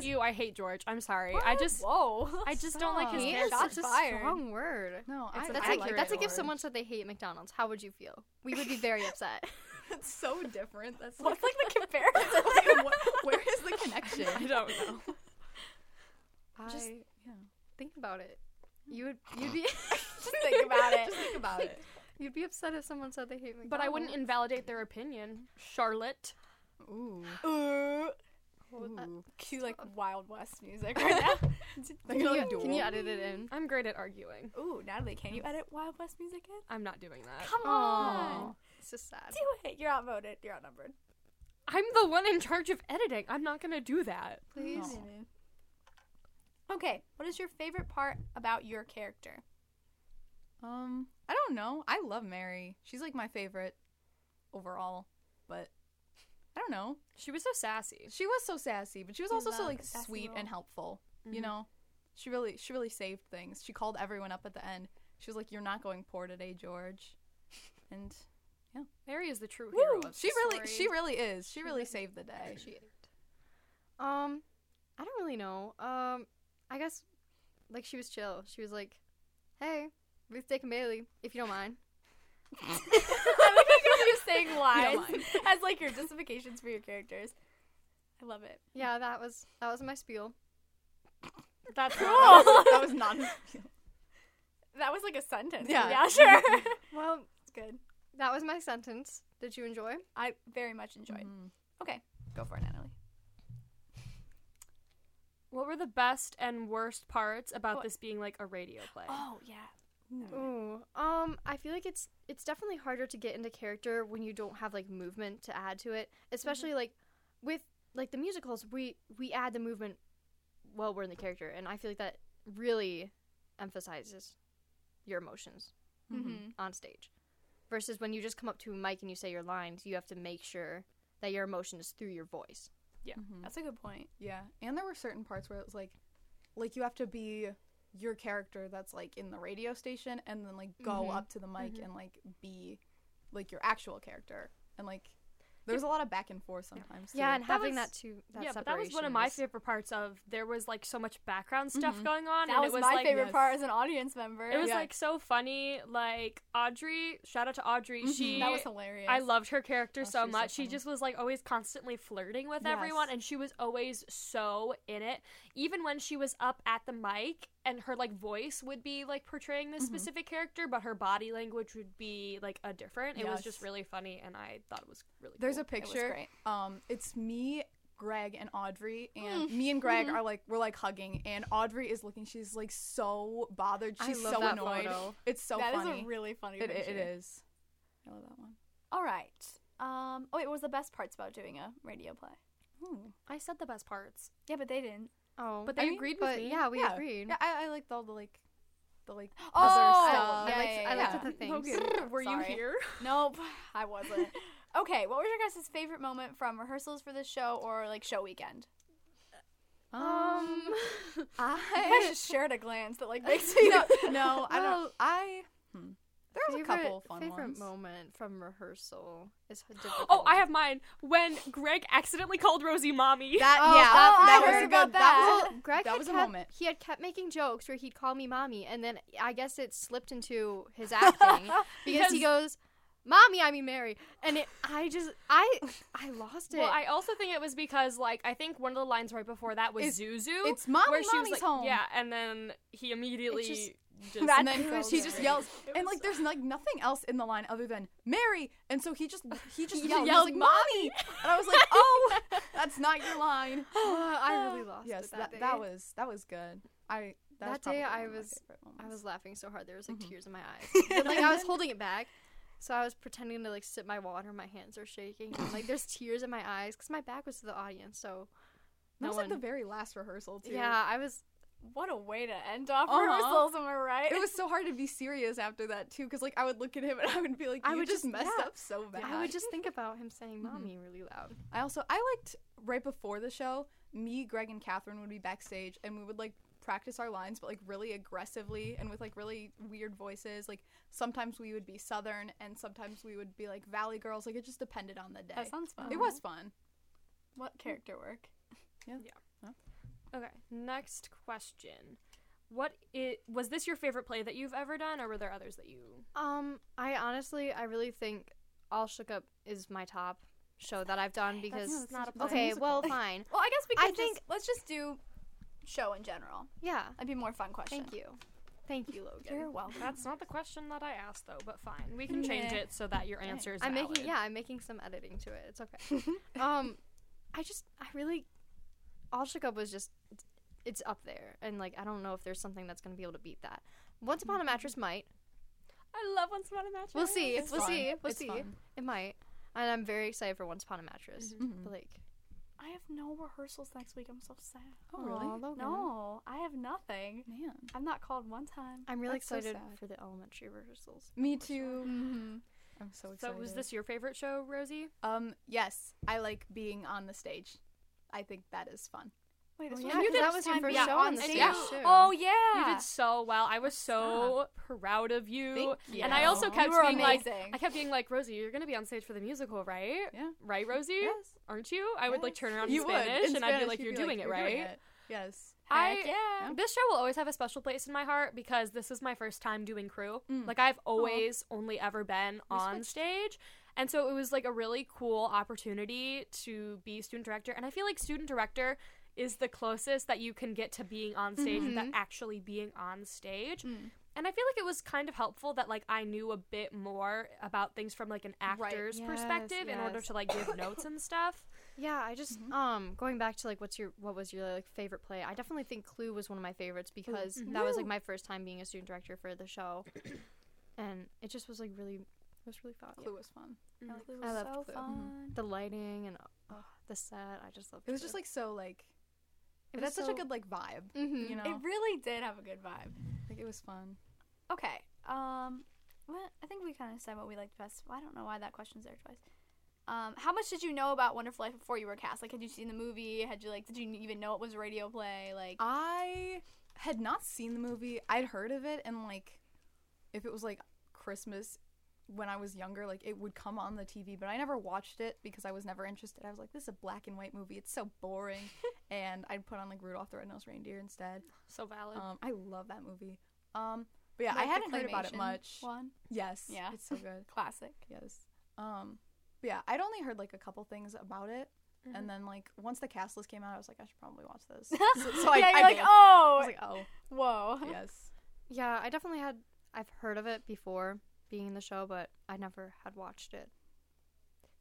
Speaker 2: You, I hate George. I'm sorry. I just
Speaker 1: whoa.
Speaker 2: I just don't like his
Speaker 1: Stop.
Speaker 4: Hate oh, is
Speaker 2: character.
Speaker 1: Shots
Speaker 4: such a
Speaker 1: fired.
Speaker 4: strong word.
Speaker 3: no, I,
Speaker 4: that's
Speaker 3: I
Speaker 4: like,
Speaker 3: like
Speaker 4: that's like if
Speaker 3: George.
Speaker 4: someone said they hate McDonald's. How would you feel? We would be very upset.
Speaker 3: That's so different. That's like,
Speaker 1: What's like the comparison?
Speaker 3: like, what, where is the connection?
Speaker 2: I don't know.
Speaker 4: Just
Speaker 3: I- yeah.
Speaker 4: think about it. You would you'd be
Speaker 1: Just think about it.
Speaker 3: Just think about it.
Speaker 4: you'd be upset if someone said they hate McDonald's.
Speaker 2: But I wouldn't invalidate their opinion. Charlotte.
Speaker 3: Ooh.
Speaker 1: Ooh.
Speaker 3: Ooh.
Speaker 1: Cue like Wild West music right now.
Speaker 3: Like, you're like,
Speaker 4: Can you, can
Speaker 3: duel.
Speaker 4: you edit it in?
Speaker 2: I'm great at arguing.
Speaker 1: Ooh, Natalie, can you edit Wild West music in?
Speaker 2: I'm not doing that.
Speaker 1: Come on.
Speaker 4: It's just sad.
Speaker 1: Do it. You're outvoted. You're outnumbered.
Speaker 2: I'm the one in charge of editing. I'm not gonna do that.
Speaker 4: Please.
Speaker 3: No.
Speaker 1: Okay, what is your favorite part about your character?
Speaker 3: Um, I don't know. I love Mary. She's like my favorite overall, but I don't know.
Speaker 2: She was so sassy.
Speaker 3: She was so sassy, but she was
Speaker 1: I
Speaker 3: also so
Speaker 1: love
Speaker 3: like
Speaker 1: a sassy
Speaker 3: sweet
Speaker 1: girl.
Speaker 3: and helpful.
Speaker 2: Mhm.
Speaker 3: You know, she really she really saved things. She called everyone up at the end. She was like, "You're not going poor today, George," and
Speaker 2: Mary is the true hero. Of
Speaker 3: she
Speaker 2: this
Speaker 3: really
Speaker 2: story.
Speaker 3: she really is. Mm-hmm. She really saved the day.
Speaker 4: Appreciate it. Um, I don't really know. Um, I guess like she was chill. She was like, "Hey, Ruth Dick and Bailey, if you don't mind."
Speaker 1: I like how you're saying
Speaker 2: mind.
Speaker 1: lies as like your justifications for your characters. I love it.
Speaker 4: Yeah, that was that was my spiel.
Speaker 2: That's
Speaker 1: Cool.
Speaker 3: that was not.
Speaker 1: That was like a sentence. Yeah,
Speaker 3: Yeah.
Speaker 1: yeah sure.
Speaker 4: Well,
Speaker 1: it's good.
Speaker 4: that was my sentence. Did you enjoy?
Speaker 1: I very much enjoyed.
Speaker 3: Mhm.
Speaker 1: Okay, go for it, Natalie.
Speaker 2: What were the best and worst parts about
Speaker 1: What?
Speaker 2: this being like a radio play?
Speaker 1: Oh yeah.
Speaker 4: Ooh, um, I feel like it's it's definitely harder to get into character when you don't have like movement to add to it, especially like with like the musicals. We we add the movement while we're in the character, and I feel like that really emphasizes your emotions
Speaker 1: Mm-hmm.
Speaker 4: on stage, versus when you just come up to a mic and you say your lines, you have to make sure that your emotion is through your voice.
Speaker 1: That's a good point.
Speaker 3: Yeah, and there were certain parts where it was like, like you have to be your character that's like in the radio station, and then like go
Speaker 4: Mhm.
Speaker 3: up to the mic and like be like your actual character, and like there's a lot of back and forth sometimes.
Speaker 4: yeah,
Speaker 3: too.
Speaker 4: and
Speaker 2: That
Speaker 4: having
Speaker 2: was-
Speaker 4: that too. That
Speaker 2: yeah, but that was one of my
Speaker 4: separation
Speaker 2: favorite parts of there was like so much background stuff
Speaker 3: Mhm.
Speaker 2: going on
Speaker 1: That
Speaker 2: and
Speaker 1: was,
Speaker 2: it was
Speaker 1: my
Speaker 2: like
Speaker 1: favorite
Speaker 3: Yes.
Speaker 1: part as an audience member.
Speaker 2: it was
Speaker 3: Yeah.
Speaker 2: like so funny. Like Audrey, shout out to Audrey.
Speaker 3: Mhm.
Speaker 2: She
Speaker 1: that was hilarious.
Speaker 2: I loved her character
Speaker 3: Oh,
Speaker 2: so
Speaker 3: she's so
Speaker 2: much. she
Speaker 3: funny.
Speaker 2: just was like always constantly flirting with everyone,
Speaker 3: Yes.
Speaker 2: and she was always so in it. Even when she was up at the mic, and her like voice would be like portraying this
Speaker 3: Mhm.
Speaker 2: specific character, but her body language would be like a different. It was just
Speaker 3: Yes.
Speaker 2: really funny, and I thought it was really. cool.
Speaker 3: There's a picture.
Speaker 1: great.
Speaker 3: Um, it's me Greg and Audrey, and me and Greg are like we're like hugging, and Audrey is looking. She's like so bothered.
Speaker 4: I
Speaker 3: She's
Speaker 4: love
Speaker 3: so
Speaker 4: that
Speaker 3: annoyed.
Speaker 4: photo.
Speaker 3: It's so
Speaker 1: That is
Speaker 3: funny.
Speaker 1: a really funny
Speaker 3: it, it,
Speaker 1: picture.
Speaker 3: it is. I love that one.
Speaker 1: All right. Um, oh, wait, what was the best parts about doing a radio play?
Speaker 3: Ooh.
Speaker 2: I said the best parts.
Speaker 1: Yeah, but they didn't.
Speaker 4: Oh,
Speaker 2: But
Speaker 4: I
Speaker 2: they
Speaker 4: mean,
Speaker 2: agreed with
Speaker 4: but
Speaker 2: me.
Speaker 4: Yeah, we
Speaker 3: Yeah.
Speaker 4: agreed.
Speaker 3: Yeah, I, I liked all the like, the like
Speaker 1: Oh,
Speaker 4: Other stuff.
Speaker 1: yeah,
Speaker 4: I liked,
Speaker 1: yeah,
Speaker 4: I liked
Speaker 1: yeah.
Speaker 4: the things.
Speaker 1: Logan,
Speaker 2: Were
Speaker 1: sorry.
Speaker 2: you here?
Speaker 1: Nope, I wasn't. okay, what was your guys' favorite moment from rehearsals for this show or like show weekend?
Speaker 4: Um,
Speaker 1: You
Speaker 3: I
Speaker 1: guys just shared a glance that like makes me
Speaker 3: no, no, I don't.
Speaker 4: Well,
Speaker 3: I hmm. there was a
Speaker 4: favorite,
Speaker 3: couple fun
Speaker 4: favorite
Speaker 3: ones.
Speaker 4: moment from rehearsal is h- difficult.
Speaker 2: Oh, I have mine. When Greg accidentally called Rosie mommy.
Speaker 3: That
Speaker 4: Oh,
Speaker 1: oh,
Speaker 3: yeah, that,
Speaker 1: I
Speaker 3: that was
Speaker 1: heard
Speaker 3: a
Speaker 1: about
Speaker 3: good. That was
Speaker 4: Well, oh, Greg
Speaker 3: Oh, that
Speaker 4: had
Speaker 3: was a
Speaker 4: kept-
Speaker 3: moment.
Speaker 4: He had kept making jokes where he'd call me mommy, and then I guess it slipped into his acting because he goes, "Mommy, I mean Mary," and it, I just, I, I lost it.
Speaker 2: Well, I also think it was because like I think one of the lines right before that was
Speaker 3: It's-
Speaker 2: Zuzu.
Speaker 3: it's mommy,
Speaker 2: where she was
Speaker 3: mommy's
Speaker 2: like,
Speaker 3: home.
Speaker 2: Yeah, and then he immediately
Speaker 3: just-
Speaker 2: just
Speaker 1: That-
Speaker 3: and then
Speaker 1: was
Speaker 3: he
Speaker 1: so
Speaker 3: just
Speaker 1: great.
Speaker 3: yells,
Speaker 2: It
Speaker 3: and
Speaker 2: was
Speaker 3: like there's like nothing else in the line other than Mary, and so he just he just
Speaker 4: He
Speaker 3: yelled, he was
Speaker 4: yelled,
Speaker 3: like, "Mommy," and I was like, "Oh, that's not your line."
Speaker 4: Uh, I really lost
Speaker 3: Yes,
Speaker 4: it that,
Speaker 3: that
Speaker 4: day.
Speaker 3: that was that was good. I that, was
Speaker 4: That
Speaker 3: probably
Speaker 4: day
Speaker 3: one
Speaker 4: I
Speaker 3: of my
Speaker 4: was-
Speaker 3: favorite
Speaker 4: I
Speaker 3: moments.
Speaker 4: was laughing so hard there was like tears in my eyes. But, like I was holding it back, so I was pretending to like sip my water. My hands are shaking. And, like there's tears in my eyes because my back was to the audience. So
Speaker 3: that
Speaker 4: no
Speaker 3: was like the
Speaker 4: one-
Speaker 3: very last rehearsal too.
Speaker 4: yeah, I was.
Speaker 1: What a way to end off
Speaker 3: Uh-huh.
Speaker 1: rehearsals, am I right?
Speaker 3: It was so hard to be serious after that too, because like I would look at him and I would be like, "You
Speaker 4: I would
Speaker 3: just
Speaker 4: just-
Speaker 3: messed
Speaker 4: yeah.
Speaker 3: up so bad."
Speaker 4: I would just think about him saying "mommy" really loud.
Speaker 3: I also I liked right before the show, me, Greg, and Catherine would be backstage and we would like practice our lines, but like really aggressively and with like really weird voices. Like sometimes we would be southern and sometimes we would be like valley girls. Like it just depended on the day.
Speaker 1: that sounds fun.
Speaker 3: it was fun.
Speaker 1: What character work?
Speaker 2: Okay. Next question. What it was this your favorite play that you've ever done, or were there others that you?
Speaker 4: Um, I honestly, I really think All Shook Up is my top show that I've done because
Speaker 2: no, it's not a play.
Speaker 4: okay,
Speaker 2: Musical.
Speaker 4: well, fine,
Speaker 1: Well, I guess we
Speaker 4: I
Speaker 1: could
Speaker 4: think-
Speaker 1: just let's just do show in general.
Speaker 4: yeah.
Speaker 1: That'd be a more fun question.
Speaker 4: Thank you, thank you, Logan.
Speaker 1: You're welcome.
Speaker 2: That's not the question that I asked though, but fine, we can change
Speaker 1: Meh.
Speaker 2: it so that your answer is.
Speaker 4: I'm
Speaker 2: valid.
Speaker 4: making yeah, I'm making some editing to it. It's okay. um, I just I really All Shook Up was just it's up there, and like I don't know if there's something that's gonna be able to beat that. Once Upon a Mattress might.
Speaker 2: I love Once Upon a Match.
Speaker 4: We'll see.
Speaker 3: Mm-hmm. It's
Speaker 4: we'll
Speaker 3: fun.
Speaker 4: see. We'll
Speaker 3: It's
Speaker 4: see.
Speaker 3: fun.
Speaker 4: It might, and I'm very excited for Once Upon a Mattress.
Speaker 3: Mm-hmm.
Speaker 4: But like,
Speaker 1: I have no rehearsals next week. I'm so sad.
Speaker 3: Oh really?
Speaker 4: aw, Logan.
Speaker 1: No, I have nothing.
Speaker 3: Man.
Speaker 1: I'm not called one time.
Speaker 4: I'm really
Speaker 3: That's so
Speaker 4: excited
Speaker 3: sad.
Speaker 4: for the elementary rehearsals.
Speaker 3: Me too.
Speaker 1: Mm-hmm.
Speaker 3: I'm so
Speaker 2: So
Speaker 3: excited.
Speaker 2: was this your favorite show, Rosie?
Speaker 3: Um yes, I like being on the stage. I think that is fun.
Speaker 1: Wait, this
Speaker 4: Well,
Speaker 1: was
Speaker 4: yeah,
Speaker 1: your
Speaker 4: 'cause that
Speaker 1: first
Speaker 4: was your
Speaker 1: time
Speaker 4: first
Speaker 1: being
Speaker 4: show on the
Speaker 1: stage.
Speaker 3: stage,
Speaker 4: too.
Speaker 1: Oh yeah,
Speaker 2: You did so well. I was so proud of you.
Speaker 3: Thank
Speaker 2: And I also
Speaker 1: you.
Speaker 2: kept
Speaker 1: You were
Speaker 2: being like,
Speaker 1: amazing.
Speaker 2: I kept being like, Rosie, you're gonna be on stage for the musical, right?
Speaker 3: Yeah.
Speaker 2: Right, Rosie?
Speaker 3: Yes.
Speaker 2: Aren't you? I would like
Speaker 3: Yes.
Speaker 2: turn around
Speaker 3: You
Speaker 2: in
Speaker 3: would.
Speaker 2: Spanish,
Speaker 3: In
Speaker 2: and I'd be
Speaker 3: Spanish,
Speaker 2: like,
Speaker 3: you'd
Speaker 2: you're doing it,
Speaker 3: "You're
Speaker 2: right?
Speaker 3: it." Yes.
Speaker 1: Heck
Speaker 2: I-
Speaker 1: yeah.
Speaker 2: This show will always have a special place in my heart because this is my first time doing crew.
Speaker 3: Mm.
Speaker 2: Like I've always only ever been on stage. And so it was like a really cool opportunity to be student director. And I feel like student director is the closest that you can get to being on stage without actually being on stage. And I feel like it was kind of helpful that like I knew a bit more about things from like an actor's
Speaker 4: Yes,
Speaker 2: perspective in order
Speaker 4: yes.
Speaker 2: to like give notes and stuff.
Speaker 4: Yeah, I just
Speaker 2: Mm-hmm.
Speaker 4: um going back to like what's your what was your like favorite play? I definitely think Clue was one of my favorites
Speaker 2: mm-hmm.
Speaker 4: because that was like my first time being a student director for the show, and it just was like really it was really fun.
Speaker 3: Clue was fun.
Speaker 1: It
Speaker 4: I
Speaker 1: was
Speaker 4: loved
Speaker 1: so
Speaker 4: Clue.
Speaker 1: fun.
Speaker 4: The lighting and uh, the set, I just loved.
Speaker 3: It was just like so like
Speaker 4: It
Speaker 3: that's
Speaker 4: was
Speaker 3: such a
Speaker 4: so-
Speaker 3: good like vibe.
Speaker 4: Mhm.
Speaker 3: You know,
Speaker 1: It really did have a good vibe.
Speaker 3: like it was fun.
Speaker 1: Okay. Um, well, I think we kind of said what we liked best. Well, I don't know why that question's there twice. Um, how much did you know about Wonderful Life before you were cast? Like, had you seen the movie? Had you like, did you even know it was a radio play? Like,
Speaker 3: Um, I had not seen the movie. I'd heard of it, and like if it was like Christmas when I was younger, like it would come on the TV, but I never watched it because I was never interested. I was like, this is a black and white movie. It's so boring, and I'd put on like Rudolph the Red-Nosed Reindeer instead.
Speaker 2: So valid.
Speaker 3: Um, I love that movie. Um, but yeah, I
Speaker 1: like the
Speaker 3: hadn't heard about it
Speaker 1: claymation
Speaker 3: much.
Speaker 1: One
Speaker 3: Yes,
Speaker 1: Yeah.
Speaker 3: it's so good.
Speaker 1: classic.
Speaker 3: Yes. Um, but yeah, I'd only heard like a couple things about it,
Speaker 1: Mm-hmm.
Speaker 3: and then like once the cast list came out, I was like, I should probably watch this. So, so I,
Speaker 1: yeah,
Speaker 3: I
Speaker 1: you're like,
Speaker 3: did. I
Speaker 1: oh,
Speaker 3: was like, oh,
Speaker 1: whoa.
Speaker 3: yes.
Speaker 4: yeah, I definitely had I've heard of it before being in the show, but I never had watched it.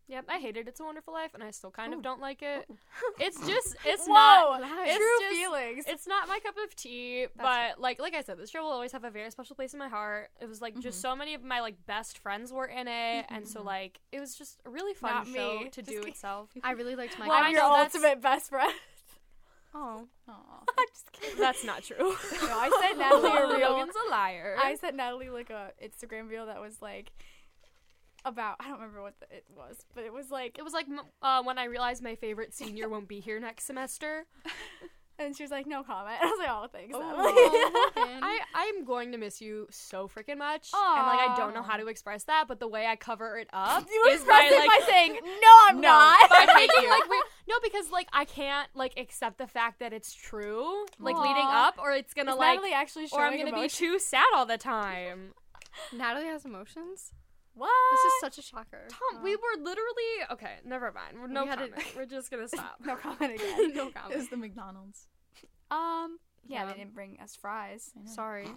Speaker 2: Yep, I hated It's a Wonderful Life, and I still kind of don't like it. It's just, it's
Speaker 1: Oh. Whoa,
Speaker 2: not.
Speaker 1: true
Speaker 2: it's just-
Speaker 1: feelings.
Speaker 2: It's not my cup of tea, but like like I said, this show will always have a very special place in my heart. It was like just
Speaker 1: Mm-hmm.
Speaker 2: so many of my like best friends were in it, and so like it was just a really fun
Speaker 1: Not
Speaker 2: show
Speaker 1: me.
Speaker 2: to
Speaker 1: Just
Speaker 2: do
Speaker 1: kidding.
Speaker 2: itself.
Speaker 4: I really liked Oh my.
Speaker 2: Well,
Speaker 1: I'm
Speaker 2: I
Speaker 1: your
Speaker 2: know that's-
Speaker 1: ultimate best friend.
Speaker 4: oh,
Speaker 3: Aw.
Speaker 1: I'm just kidding.
Speaker 2: That's not true.
Speaker 1: No, I said Natalie a real.
Speaker 2: Logan's a liar.
Speaker 1: I sent Natalie like a Instagram reel that was like about I don't remember what the, it was, but it was like
Speaker 2: it was like m- uh, when I realized my favorite senior won't be here next semester.
Speaker 1: and she was like no comment. I was like oh thanks. Natalie."
Speaker 4: oh Logan.
Speaker 2: I I'm going to miss you so freaking much, and like I don't know how to express that, but the way I cover it up
Speaker 1: you
Speaker 2: is by
Speaker 1: expressed it
Speaker 2: like
Speaker 1: by saying no, I'm
Speaker 2: No,
Speaker 1: not.
Speaker 2: by making like weird, no, because like I can't like accept the fact that it's true, like leading
Speaker 1: Aw.
Speaker 2: up, or it's gonna
Speaker 1: Is
Speaker 2: like,
Speaker 1: Natalie actually showing
Speaker 2: or I'm gonna
Speaker 1: emotion?
Speaker 2: be too sad all the time.
Speaker 4: Natalie has emotions.
Speaker 1: what?
Speaker 4: This is such a shocker.
Speaker 2: Uh, Tom, we were literally okay. Never mind. We're- No
Speaker 4: We had to-
Speaker 2: comment. We're just gonna stop.
Speaker 1: no comment again.
Speaker 4: no
Speaker 3: It was
Speaker 4: comment.
Speaker 3: the McDonald's.
Speaker 1: Um, yeah,
Speaker 4: Yeah.
Speaker 1: they didn't bring us fries.
Speaker 4: Sorry.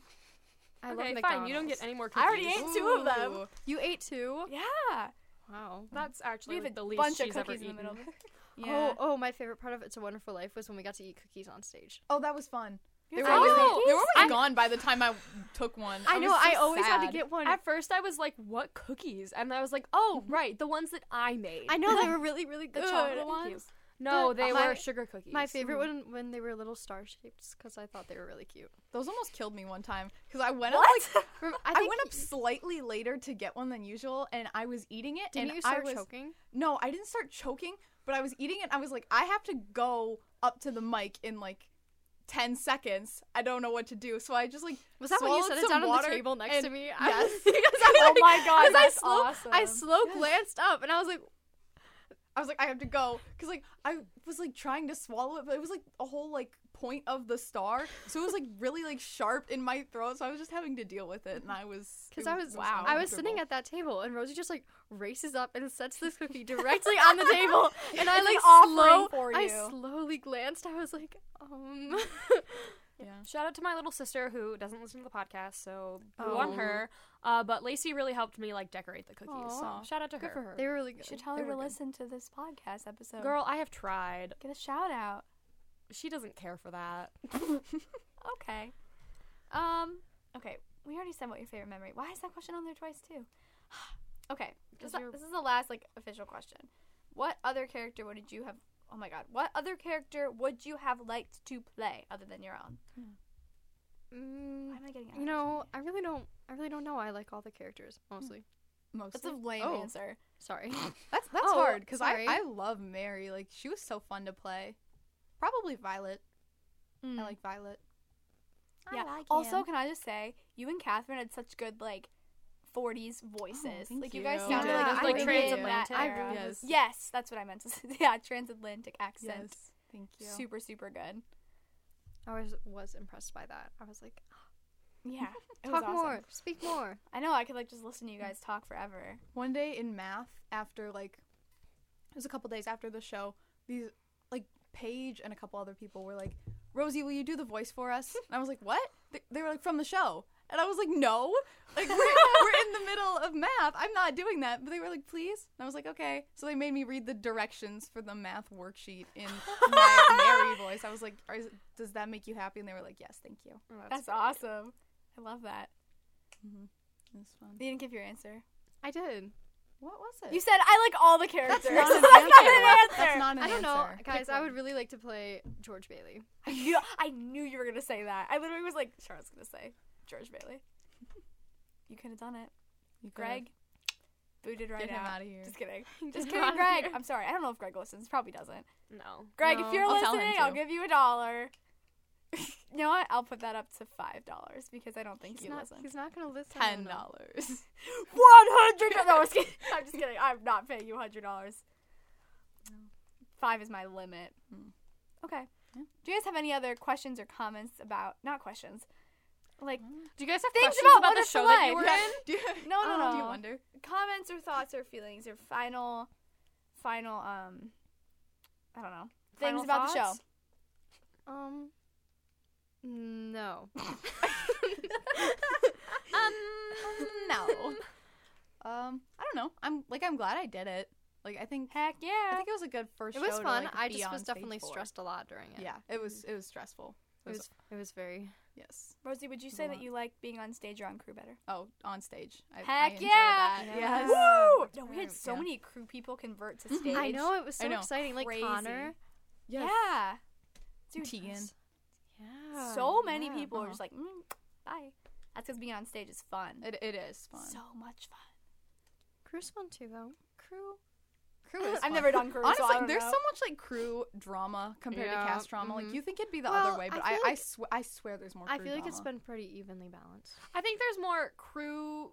Speaker 4: I love
Speaker 2: okay,
Speaker 4: McDonald's.
Speaker 2: fine. You don't get any more.
Speaker 1: I already
Speaker 2: Cookies.
Speaker 1: ate two of them.
Speaker 3: Ooh.
Speaker 4: You ate two.
Speaker 1: Yeah,
Speaker 4: Wow.
Speaker 2: That's
Speaker 1: we
Speaker 2: actually
Speaker 1: have a
Speaker 2: like, the least
Speaker 1: bunch of
Speaker 2: she's ever
Speaker 1: cookies in the
Speaker 2: eaten.
Speaker 1: middle. of it.
Speaker 4: Oh, oh, my favorite part of It's a Wonderful Life was when we got to eat cookies on stage.
Speaker 3: Oh, that was fun. They
Speaker 1: You
Speaker 3: were,
Speaker 1: have
Speaker 3: always,
Speaker 1: cookies?
Speaker 3: they were always
Speaker 4: I-
Speaker 3: gone by the time I took one.
Speaker 4: I know.
Speaker 3: was so
Speaker 4: I always had to
Speaker 3: sad.
Speaker 4: get one.
Speaker 2: At first, I was like, "What cookies?" And I was like, "Oh, right, the ones that I made."
Speaker 4: I know they were really, really
Speaker 2: the
Speaker 4: good.
Speaker 2: chocolate ones. No,
Speaker 4: The-
Speaker 2: they
Speaker 4: my-
Speaker 2: were sugar cookies. Mm.
Speaker 4: My favorite one when they were little star shaped because I thought they were really cute.
Speaker 3: Those almost killed me one time because I went up
Speaker 1: What?
Speaker 3: like
Speaker 4: Rem-
Speaker 3: I,
Speaker 4: think
Speaker 3: went up slightly later to get one than usual, and I was eating it.
Speaker 4: Didn't
Speaker 3: and
Speaker 4: you start
Speaker 3: I was,
Speaker 4: choking?
Speaker 3: No, I didn't start choking, but I was eating it. I was like, I have to go up to the mic in like ten seconds. I don't know what to do, so I just like
Speaker 4: Was that when you
Speaker 3: swallowed
Speaker 4: set it
Speaker 3: some
Speaker 4: down on the
Speaker 3: water
Speaker 4: table next to
Speaker 3: and-
Speaker 4: me? I
Speaker 3: Yes.
Speaker 4: was- because I,
Speaker 1: Oh my god,
Speaker 4: because I
Speaker 1: that's
Speaker 4: slow,
Speaker 1: awesome.
Speaker 4: I slow glanced up and I was like,
Speaker 3: I was like, I have to go because like I was like trying to swallow it, but it was like a whole like point of the star, so it was like really like sharp in my throat. So I was just having to deal with it, and I was
Speaker 4: because
Speaker 3: it
Speaker 4: I was,
Speaker 1: wow.
Speaker 4: I was sitting at that table and Rosie just like races up and sets this cookie directly on the table, and I
Speaker 1: It's an
Speaker 4: like
Speaker 1: offering
Speaker 4: slow,
Speaker 1: for
Speaker 4: I
Speaker 1: you.
Speaker 4: slowly glanced. I was like, um,
Speaker 2: Shout out to my little sister who doesn't listen to the podcast, so boo
Speaker 4: Oh.
Speaker 2: on her. Uh, but Lacey really helped me like decorate the cookies.
Speaker 4: Aw.
Speaker 2: So shout out to
Speaker 4: good
Speaker 2: her.
Speaker 4: for her. They were really good.
Speaker 1: should tell
Speaker 4: They
Speaker 1: her to
Speaker 4: were good.
Speaker 1: listen to this podcast episode.
Speaker 2: Girl, I have tried.
Speaker 1: get a shout out.
Speaker 2: She doesn't care for that.
Speaker 1: Okay. Um. Okay. We already said what your favorite memory. Why is that question on there twice too? okay. This,
Speaker 2: 'Cause you're-
Speaker 1: this is the last like official question. What other character would you have? Oh my god. What other character would you have liked to play other than your own?
Speaker 4: Mm,
Speaker 1: Why am I getting?
Speaker 4: you know, I really don't. I really don't know. I like all the characters mostly.
Speaker 1: that's
Speaker 3: mostly
Speaker 1: a lame
Speaker 3: Oh.
Speaker 1: answer.
Speaker 4: Sorry.
Speaker 3: that's that's
Speaker 4: Oh,
Speaker 3: hard because I
Speaker 4: sorry.
Speaker 3: I love Mary. Like she was so fun to play. Probably Violet. I like Violet.
Speaker 1: Yeah. also, can I just say, you and Catherine had such good like. 40s voices.
Speaker 3: Oh, thank
Speaker 1: like you, guys
Speaker 3: you.
Speaker 1: sounded
Speaker 4: Yeah,
Speaker 1: like
Speaker 4: I
Speaker 1: you
Speaker 4: really
Speaker 1: were in
Speaker 4: did.
Speaker 1: that
Speaker 2: I
Speaker 1: era.
Speaker 2: really
Speaker 3: did. Yes.
Speaker 1: Yes, that's what I meant to say. Yeah, transatlantic accent.
Speaker 3: Yes. Thank you.
Speaker 1: Super, super good.
Speaker 4: I was was impressed by that. I was like,
Speaker 1: Yeah. it was
Speaker 4: talk
Speaker 1: awesome.
Speaker 4: more, speak more.
Speaker 1: I know I could like just listen to you guys talk forever.
Speaker 3: one day in math after like it was a couple days after the show these like paige and a couple other people were like rosie will you do the voice for us and i was like what they, they were like from the show and i was like no like we're, we're in the middle of math i'm not doing that but they were like please and i was like okay so they made me read the directions for the math worksheet in my mary voice i was like "Are- is- does that make you happy and they were like yes thank you
Speaker 2: Oh,
Speaker 1: That's,
Speaker 2: great.
Speaker 1: awesome. I love that.
Speaker 3: That's fun.
Speaker 1: You didn't give your answer.
Speaker 4: I did.
Speaker 3: what was it
Speaker 1: You said I like all the characters.
Speaker 3: that's not an
Speaker 1: That's not
Speaker 3: answer.
Speaker 1: an
Speaker 3: That's
Speaker 1: answer.
Speaker 3: not an
Speaker 4: I don't know,
Speaker 3: answer.
Speaker 4: guys.
Speaker 3: Pick
Speaker 4: I
Speaker 3: one.
Speaker 4: would really like to play George Bailey.
Speaker 1: I knew, I knew you were gonna say that. I literally was like, sure, I was gonna say George Bailey. You could have done it,
Speaker 3: You could've.
Speaker 1: Greg. Booted right
Speaker 3: Get him
Speaker 1: out.
Speaker 3: out of here.
Speaker 1: Just kidding. Just
Speaker 4: him
Speaker 1: kidding,
Speaker 4: outta
Speaker 1: Greg.
Speaker 4: here.
Speaker 1: I'm sorry. I don't know if Greg listens. Probably doesn't.
Speaker 2: No.
Speaker 1: Greg,
Speaker 4: No.
Speaker 1: if you're
Speaker 3: I'll tell him
Speaker 1: listening, I'll
Speaker 3: to.
Speaker 1: give you a dollar. you know what? I'll put that up to five dollars because I don't think
Speaker 4: He's
Speaker 1: you
Speaker 4: not.
Speaker 1: listen.
Speaker 4: He's not gonna listen.
Speaker 3: Ten
Speaker 4: no.
Speaker 3: dollars.
Speaker 1: One hundred. No, I'm just kidding. I'm just kidding. I'm not paying you hundred dollars. Five is my limit. Hmm.
Speaker 3: Mm.
Speaker 1: Okay.
Speaker 3: Yeah.
Speaker 1: Do you guys have any other questions or comments about not questions? Like
Speaker 2: Do you guys have
Speaker 1: Things
Speaker 2: questions
Speaker 1: about
Speaker 2: about, the
Speaker 1: Wonderful
Speaker 2: show that you
Speaker 1: Life.
Speaker 2: were
Speaker 1: Yeah.
Speaker 2: in?
Speaker 3: do you,
Speaker 1: no, no, no.
Speaker 3: do you wonder?
Speaker 1: Comments or thoughts or feelings or final, final um, I don't know things
Speaker 2: Final
Speaker 1: about the show.
Speaker 2: thoughts?
Speaker 4: Um. No.
Speaker 3: Um, no. um, I don't know. I'm like I'm glad I did it. Like I think
Speaker 1: Heck yeah.
Speaker 3: I think it was a good first.
Speaker 4: It was
Speaker 3: show to,
Speaker 4: fun.
Speaker 3: like,
Speaker 4: I
Speaker 3: be
Speaker 4: just
Speaker 3: on
Speaker 4: was
Speaker 3: stage
Speaker 4: definitely
Speaker 3: for.
Speaker 4: stressed a lot during it.
Speaker 3: Yeah, it was it was stressful.
Speaker 4: It was it was very
Speaker 3: yes.
Speaker 1: Rosie, would you
Speaker 3: It was
Speaker 1: say
Speaker 3: a
Speaker 1: that
Speaker 3: lot.
Speaker 1: you like being on stage or on crew better?
Speaker 3: Oh, on stage. I, I
Speaker 1: Heck
Speaker 3: enjoy
Speaker 1: yeah.
Speaker 3: that.
Speaker 4: Yeah.
Speaker 3: Yes.
Speaker 1: Woo!
Speaker 4: Yes.
Speaker 1: No, we had so
Speaker 3: Yeah.
Speaker 1: many crew Mm-hmm. people convert to stage.
Speaker 4: I know it was so
Speaker 3: I know.
Speaker 4: exciting. Like
Speaker 1: Crazy.
Speaker 4: Connor.
Speaker 3: Yes.
Speaker 1: Yeah. Dude,
Speaker 3: Tegan.
Speaker 4: Yeah.
Speaker 1: so many
Speaker 4: yeah.
Speaker 1: people are
Speaker 3: uh-huh.
Speaker 1: just like, mm, bye. That's because being on stage is fun.
Speaker 3: It, it is fun.
Speaker 1: So much fun.
Speaker 4: Crew's fun too though. Crew.
Speaker 3: crew is
Speaker 1: I've
Speaker 3: fun.
Speaker 1: never done crew. so I
Speaker 3: Honestly,
Speaker 1: don't
Speaker 3: there's
Speaker 1: know.
Speaker 3: so much like crew drama compared
Speaker 4: Yeah,
Speaker 3: to cast drama.
Speaker 4: mhm.
Speaker 3: Like you think it'd be the
Speaker 4: Well,
Speaker 3: other way,
Speaker 4: I
Speaker 3: but I
Speaker 4: feel
Speaker 3: I,
Speaker 4: like-
Speaker 3: sw- I swear there's more. Crew
Speaker 4: I feel like it's
Speaker 3: drama.
Speaker 4: been pretty evenly balanced.
Speaker 2: I think there's more crew,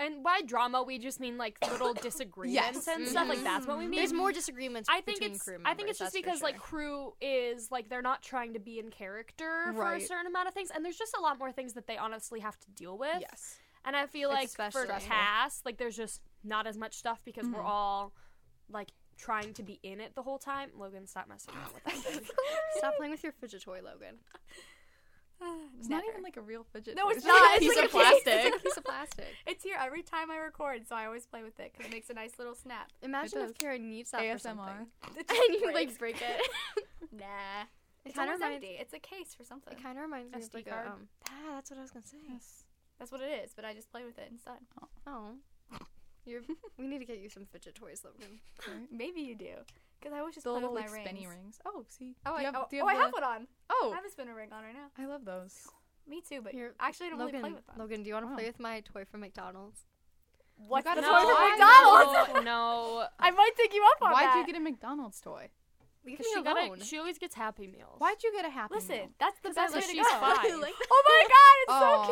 Speaker 2: and by drama we just mean like little disagreements and stuff. Like that's what we mean.
Speaker 4: There's more disagreements.
Speaker 2: I think
Speaker 4: between
Speaker 2: it's
Speaker 4: crew
Speaker 2: I think it's just
Speaker 4: members, that's for
Speaker 2: because like
Speaker 4: sure.
Speaker 2: crew is like they're not trying to be in character for a
Speaker 3: Right.
Speaker 2: certain amount of things, and there's just a lot more things that they honestly have to deal with.
Speaker 3: yes.
Speaker 2: And I feel
Speaker 4: It's
Speaker 2: like
Speaker 4: especially
Speaker 2: for
Speaker 4: stressful.
Speaker 2: cast, like there's just not as much stuff because we're
Speaker 3: Mhm.
Speaker 2: all like trying to be in it the whole time. Logan, stop messing around with that. thing.
Speaker 4: stop playing with your fidget toy, Logan.
Speaker 3: It's not
Speaker 1: Never.
Speaker 3: even like a real fidget.
Speaker 1: No,
Speaker 3: toy.
Speaker 1: it's
Speaker 3: just like
Speaker 1: not.
Speaker 3: a
Speaker 1: It's
Speaker 3: piece
Speaker 1: like a
Speaker 3: of
Speaker 1: piece.
Speaker 3: plastic.
Speaker 4: piece of plastic.
Speaker 1: It's here every time I record, so I always play with it because it makes a nice little snap.
Speaker 4: Imagine
Speaker 3: does.
Speaker 4: if Karen needs that for something.
Speaker 3: ASMR.
Speaker 1: It just
Speaker 4: and you
Speaker 1: breaks.
Speaker 4: like break it.
Speaker 1: nah.
Speaker 4: it
Speaker 1: It's
Speaker 4: kind of
Speaker 1: almost
Speaker 4: reminds.
Speaker 1: empty. It's a case for something.
Speaker 4: It kind of reminds me of
Speaker 2: SD
Speaker 4: like
Speaker 2: card.
Speaker 4: a, um. Ah, that's what I was gonna say.
Speaker 3: Yes.
Speaker 1: That's what it is, but I just play with it instead.
Speaker 4: Oh, you're. we need to get you some fidget toys, Logan.
Speaker 1: Maybe you do, because I always just
Speaker 3: The
Speaker 1: play
Speaker 3: little
Speaker 1: with
Speaker 3: like
Speaker 1: my
Speaker 3: spinny
Speaker 1: rings.
Speaker 3: rings. Oh, see.
Speaker 1: Oh,
Speaker 3: Do
Speaker 1: I,
Speaker 3: you have,
Speaker 1: oh,
Speaker 3: do you
Speaker 1: oh, I
Speaker 3: the-
Speaker 1: have one on. I
Speaker 3: Oh,
Speaker 1: have a spinner ring on right now.
Speaker 3: I love those.
Speaker 1: Me too, but
Speaker 4: Here,
Speaker 1: I actually don't
Speaker 4: Logan,
Speaker 1: really play with them.
Speaker 4: Logan, do you want to
Speaker 2: Oh.
Speaker 3: Wow.
Speaker 4: play with my toy from McDonald's?
Speaker 1: What's
Speaker 3: got
Speaker 1: the
Speaker 3: a
Speaker 1: toy
Speaker 3: toy?
Speaker 1: from
Speaker 3: Why
Speaker 1: McDonald's?
Speaker 2: No, no.
Speaker 1: I might take you up on
Speaker 3: Why'd
Speaker 1: that.
Speaker 3: you get a McDonald's toy?
Speaker 4: Leave
Speaker 2: 'Cause
Speaker 4: me
Speaker 2: she got
Speaker 4: alone.
Speaker 2: a, She always gets Happy Meals.
Speaker 3: Why'd you get a happy
Speaker 1: Listen,
Speaker 3: Meal?
Speaker 1: that's the
Speaker 2: 'Cause that's
Speaker 1: best way
Speaker 2: what
Speaker 1: to
Speaker 2: she's
Speaker 1: go.
Speaker 2: five.
Speaker 4: I like,
Speaker 1: Oh my god, it's so
Speaker 3: Aw,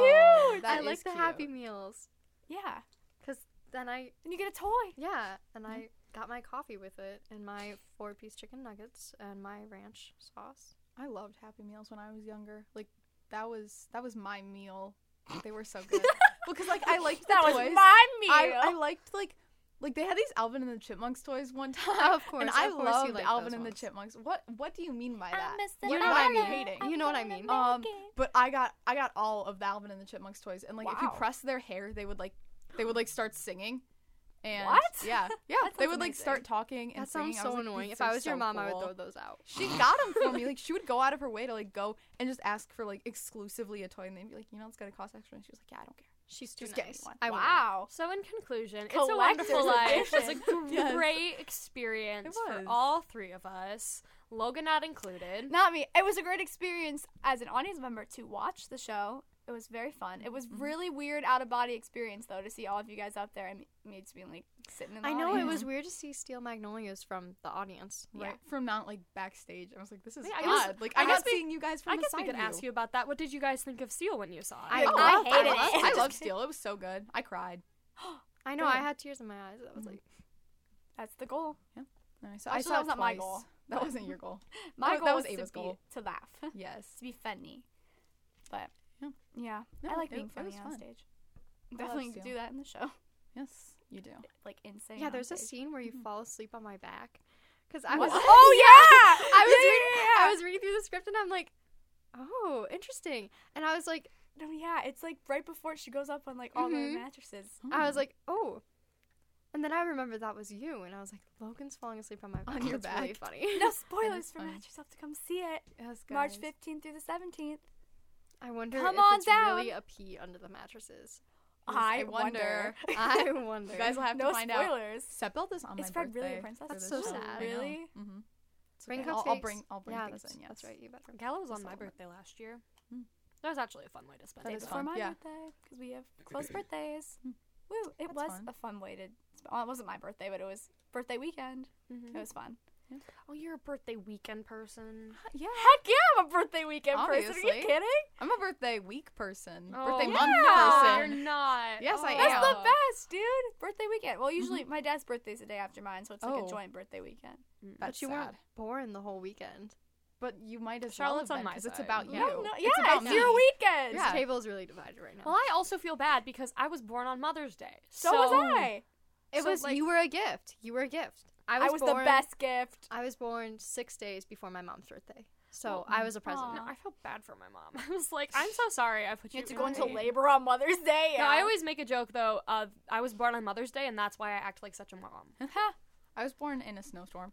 Speaker 1: cute.
Speaker 3: that
Speaker 4: I like
Speaker 3: is
Speaker 4: the
Speaker 3: cute.
Speaker 4: Happy Meals
Speaker 1: yeah,
Speaker 4: because then I
Speaker 1: and you get a toy.
Speaker 4: yeah, and I got my coffee with it and my four-piece chicken nuggets and my ranch sauce.
Speaker 3: I loved Happy Meals when I was younger. Like that was that was my meal. They were so good because like I liked the
Speaker 1: That was
Speaker 3: toys.
Speaker 1: my meal.
Speaker 3: I, I liked like like they had these Alvin and the Chipmunks toys one time.
Speaker 4: Of course,
Speaker 3: and I
Speaker 4: of course you
Speaker 3: loved
Speaker 4: like
Speaker 3: Alvin
Speaker 4: those
Speaker 3: and
Speaker 4: ones.
Speaker 3: the Chipmunks. What what do you mean by that?
Speaker 1: missing
Speaker 3: You
Speaker 4: know what I mean.
Speaker 3: hating.
Speaker 4: You know what I mean.
Speaker 3: Um, but I got I got all of the Alvin and the Chipmunks toys, and like if you
Speaker 1: Wow.
Speaker 3: press their hair, they would like they would like start singing. And
Speaker 1: What?
Speaker 3: Yeah, yeah.
Speaker 1: That
Speaker 3: they
Speaker 1: sounds
Speaker 3: would like
Speaker 1: amazing.
Speaker 3: start talking and
Speaker 4: That sounds
Speaker 3: singing. I
Speaker 4: so
Speaker 3: was like, these
Speaker 4: annoying. If
Speaker 3: are
Speaker 4: I was your
Speaker 3: so
Speaker 4: mom, I would
Speaker 3: cool.
Speaker 4: throw those out.
Speaker 3: She got them for me. Like she would go out of her way to like go and just ask for like exclusively a toy, and they'd be like, you know, it's gonna cost extra, and she was like, yeah, I don't care.
Speaker 4: She's too
Speaker 3: Just get me
Speaker 4: nice.
Speaker 3: one.
Speaker 4: I wouldn't.
Speaker 1: wow.
Speaker 2: So in conclusion, It's a
Speaker 1: Collector's
Speaker 2: Wonderful Life was a
Speaker 1: edition.
Speaker 3: Yes.
Speaker 2: great experience
Speaker 3: It
Speaker 2: for
Speaker 3: was.
Speaker 2: all three of us, Logan not included.
Speaker 1: Not me. It was a great experience as an audience member to watch the show. It was very fun. It was really weird out of body experience though to see all of you guys out there and me just being like sitting in the
Speaker 4: I know it
Speaker 1: audience.
Speaker 4: was weird to see Steel Magnolias from the audience.
Speaker 1: Yeah.
Speaker 3: Right from not like backstage, I was like, this is
Speaker 2: Yeah, I guess-
Speaker 3: odd. like
Speaker 2: I
Speaker 3: I'm
Speaker 2: guess
Speaker 3: not
Speaker 2: we-
Speaker 3: seeing you guys from
Speaker 2: I
Speaker 3: the
Speaker 2: guess we
Speaker 3: side
Speaker 2: could
Speaker 3: view.
Speaker 2: ask you about that. What did you guys think of Seal when you saw it?
Speaker 4: I
Speaker 3: Yeah,
Speaker 4: Oh,
Speaker 3: love-
Speaker 1: I hated
Speaker 3: love-
Speaker 1: it.
Speaker 3: I love Steel. It was so good. I cried.
Speaker 4: I know. I
Speaker 3: Good.
Speaker 4: had tears in my eyes. I was
Speaker 3: Mhm.
Speaker 4: like,
Speaker 1: That's the goal.
Speaker 3: Alright,
Speaker 1: Actually,
Speaker 3: so I saw
Speaker 1: that
Speaker 3: it
Speaker 1: was not my
Speaker 3: twice.
Speaker 1: goal,
Speaker 3: That
Speaker 1: but-
Speaker 3: wasn't your goal.
Speaker 1: My
Speaker 3: That-
Speaker 1: goal
Speaker 3: that was
Speaker 1: was
Speaker 3: Ava's
Speaker 1: to be,
Speaker 3: goal.
Speaker 1: to laugh.
Speaker 3: Yes.
Speaker 1: to be funny. But
Speaker 3: Yeah.
Speaker 1: yeah,
Speaker 3: No,
Speaker 1: I like
Speaker 3: it-
Speaker 1: being
Speaker 3: it
Speaker 1: funny
Speaker 3: was
Speaker 1: on
Speaker 3: fun.
Speaker 1: stage.
Speaker 3: love
Speaker 1: Definitely
Speaker 3: Steel.
Speaker 1: do that in the show.
Speaker 3: Yes, you do.
Speaker 1: Like insane.
Speaker 4: yeah.
Speaker 1: on
Speaker 4: There's a
Speaker 1: stage.
Speaker 4: scene where you fall asleep on my back because I was.
Speaker 1: What? Oh yeah,
Speaker 4: I was
Speaker 1: Yeah,
Speaker 4: reading.
Speaker 1: yeah, yeah.
Speaker 4: I was reading through the script and I'm like, oh, interesting. And I was like,
Speaker 1: No, yeah, it's like right before she goes up on like all
Speaker 3: Mm-hmm.
Speaker 4: Mhm.
Speaker 1: the mattresses.
Speaker 4: I was
Speaker 3: Mm.
Speaker 4: like, oh. And then I remembered that was you, and I was like, Logan's falling asleep on my back.
Speaker 3: On your
Speaker 4: That's Really
Speaker 3: back.
Speaker 4: funny.
Speaker 1: No spoilers
Speaker 3: is
Speaker 1: for
Speaker 3: funny.
Speaker 1: Match Yourself to come see it
Speaker 3: yes,
Speaker 1: March
Speaker 3: guys.
Speaker 1: 15th through the 17th.
Speaker 4: I wonder
Speaker 1: Come
Speaker 4: if
Speaker 1: on
Speaker 4: it's really a pee under the mattresses.
Speaker 1: I
Speaker 3: I
Speaker 1: wonder.
Speaker 3: wonder.
Speaker 4: I wonder.
Speaker 3: You guys will have
Speaker 1: no
Speaker 3: to find out.
Speaker 1: spoilers.
Speaker 3: Sepbelt is on
Speaker 1: It's
Speaker 3: my
Speaker 1: Fred
Speaker 3: birthday.
Speaker 1: really a princess.
Speaker 4: That's
Speaker 1: in the
Speaker 4: so
Speaker 1: show.
Speaker 4: sad.
Speaker 1: Really?
Speaker 3: Mm-hmm.
Speaker 4: Bring
Speaker 3: I'll, I'll
Speaker 4: cupcakes.
Speaker 3: bring. I'll bring
Speaker 4: yeah,
Speaker 3: things
Speaker 4: that's,
Speaker 3: in. Yes,
Speaker 4: that's right. You better.
Speaker 2: Gala was on my
Speaker 3: Solomon.
Speaker 2: birthday last year.
Speaker 3: Hmm.
Speaker 2: That was actually a fun way to spend
Speaker 3: That
Speaker 1: Day
Speaker 2: it.
Speaker 3: is
Speaker 1: before
Speaker 3: fun,
Speaker 1: my
Speaker 3: yeah.
Speaker 1: birthday because we have close birthdays.
Speaker 3: Hmm.
Speaker 1: Woo! It
Speaker 3: That's
Speaker 1: was
Speaker 3: fun.
Speaker 1: a fun way to. Sp- well, it wasn't my birthday, but it was birthday weekend.
Speaker 2: Mhm.
Speaker 3: Mm-hmm.
Speaker 1: It was fun.
Speaker 2: Oh, you're a birthday weekend person.
Speaker 3: Yeah,
Speaker 1: Heck yeah, I'm a birthday weekend person. Are you
Speaker 3: Obviously.
Speaker 1: kidding?
Speaker 3: I'm a birthday week person.
Speaker 2: Oh,
Speaker 3: birthday
Speaker 2: yeah.
Speaker 3: month
Speaker 2: You're
Speaker 3: person.
Speaker 2: not. Oh.
Speaker 3: Yes, I
Speaker 1: That's
Speaker 3: am.
Speaker 1: the best, dude. Birthday weekend. Well, usually my dad's birthday's the day after mine, so it's like
Speaker 3: Oh.
Speaker 1: a joint birthday weekend.
Speaker 3: That's
Speaker 4: but you
Speaker 3: sad.
Speaker 4: weren't born the whole weekend.
Speaker 3: But you might as
Speaker 2: Charlotte's
Speaker 3: well
Speaker 2: on
Speaker 3: have
Speaker 2: my
Speaker 3: because it's
Speaker 2: side.
Speaker 3: about you.
Speaker 1: No, no, yeah,
Speaker 3: it's about
Speaker 1: it's
Speaker 3: me.
Speaker 1: your weekend.
Speaker 3: Oh, Yeah.
Speaker 4: This table is really divided right now.
Speaker 2: Well, I also feel bad because I was born on Mother's Day.
Speaker 1: So, was I.
Speaker 4: it
Speaker 2: so,
Speaker 4: was
Speaker 2: like-
Speaker 4: you were a gift. You were a gift.
Speaker 1: I was,
Speaker 4: born,
Speaker 1: the best gift.
Speaker 4: I was born six days before my mom's birthday,
Speaker 3: Oh,
Speaker 4: so I was a present.
Speaker 1: Aw.
Speaker 2: No, I felt bad for my mom. I was like, I'm so sorry. I put
Speaker 1: You
Speaker 2: you
Speaker 1: had to go into
Speaker 2: in-
Speaker 1: labor on Mother's Day.
Speaker 2: No, I
Speaker 1: yeah.
Speaker 2: always make a joke though of I was born on Mother's Day and that's why I act like such a mom.
Speaker 1: Huh.
Speaker 3: I was born in a snowstorm,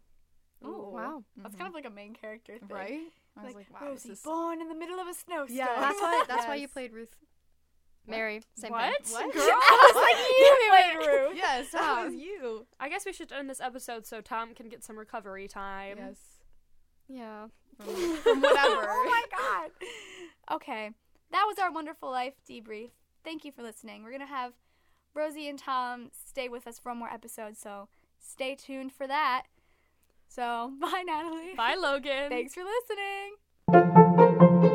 Speaker 3: Mm-hmm.
Speaker 1: Ooh.
Speaker 4: Oh, wow.
Speaker 1: That's kind of like a main character thing.
Speaker 3: right? I was
Speaker 1: Like,
Speaker 3: like, wow,
Speaker 1: Rosie,
Speaker 3: this is
Speaker 1: born in the middle of a snowstorm.
Speaker 3: Yeah,
Speaker 4: That's why. That's why you
Speaker 3: Yes.
Speaker 4: played Ruth, Mary. Same
Speaker 2: what?
Speaker 4: thing.
Speaker 3: What?
Speaker 2: Girl?
Speaker 1: I was like, you played Ruth.
Speaker 3: yes, that
Speaker 4: Stop.
Speaker 3: was you.
Speaker 2: I guess we should end this episode so Tom can get some recovery time.
Speaker 3: Yes,
Speaker 4: Yeah.
Speaker 3: from, from whatever.
Speaker 1: oh my god. Okay, that was our wonderful life debrief. Thank you for listening. We're gonna have Rosie and Tom stay with us for one more episode, so stay tuned for that. So bye, Natalie.
Speaker 2: Bye, Logan.
Speaker 1: Thanks for listening.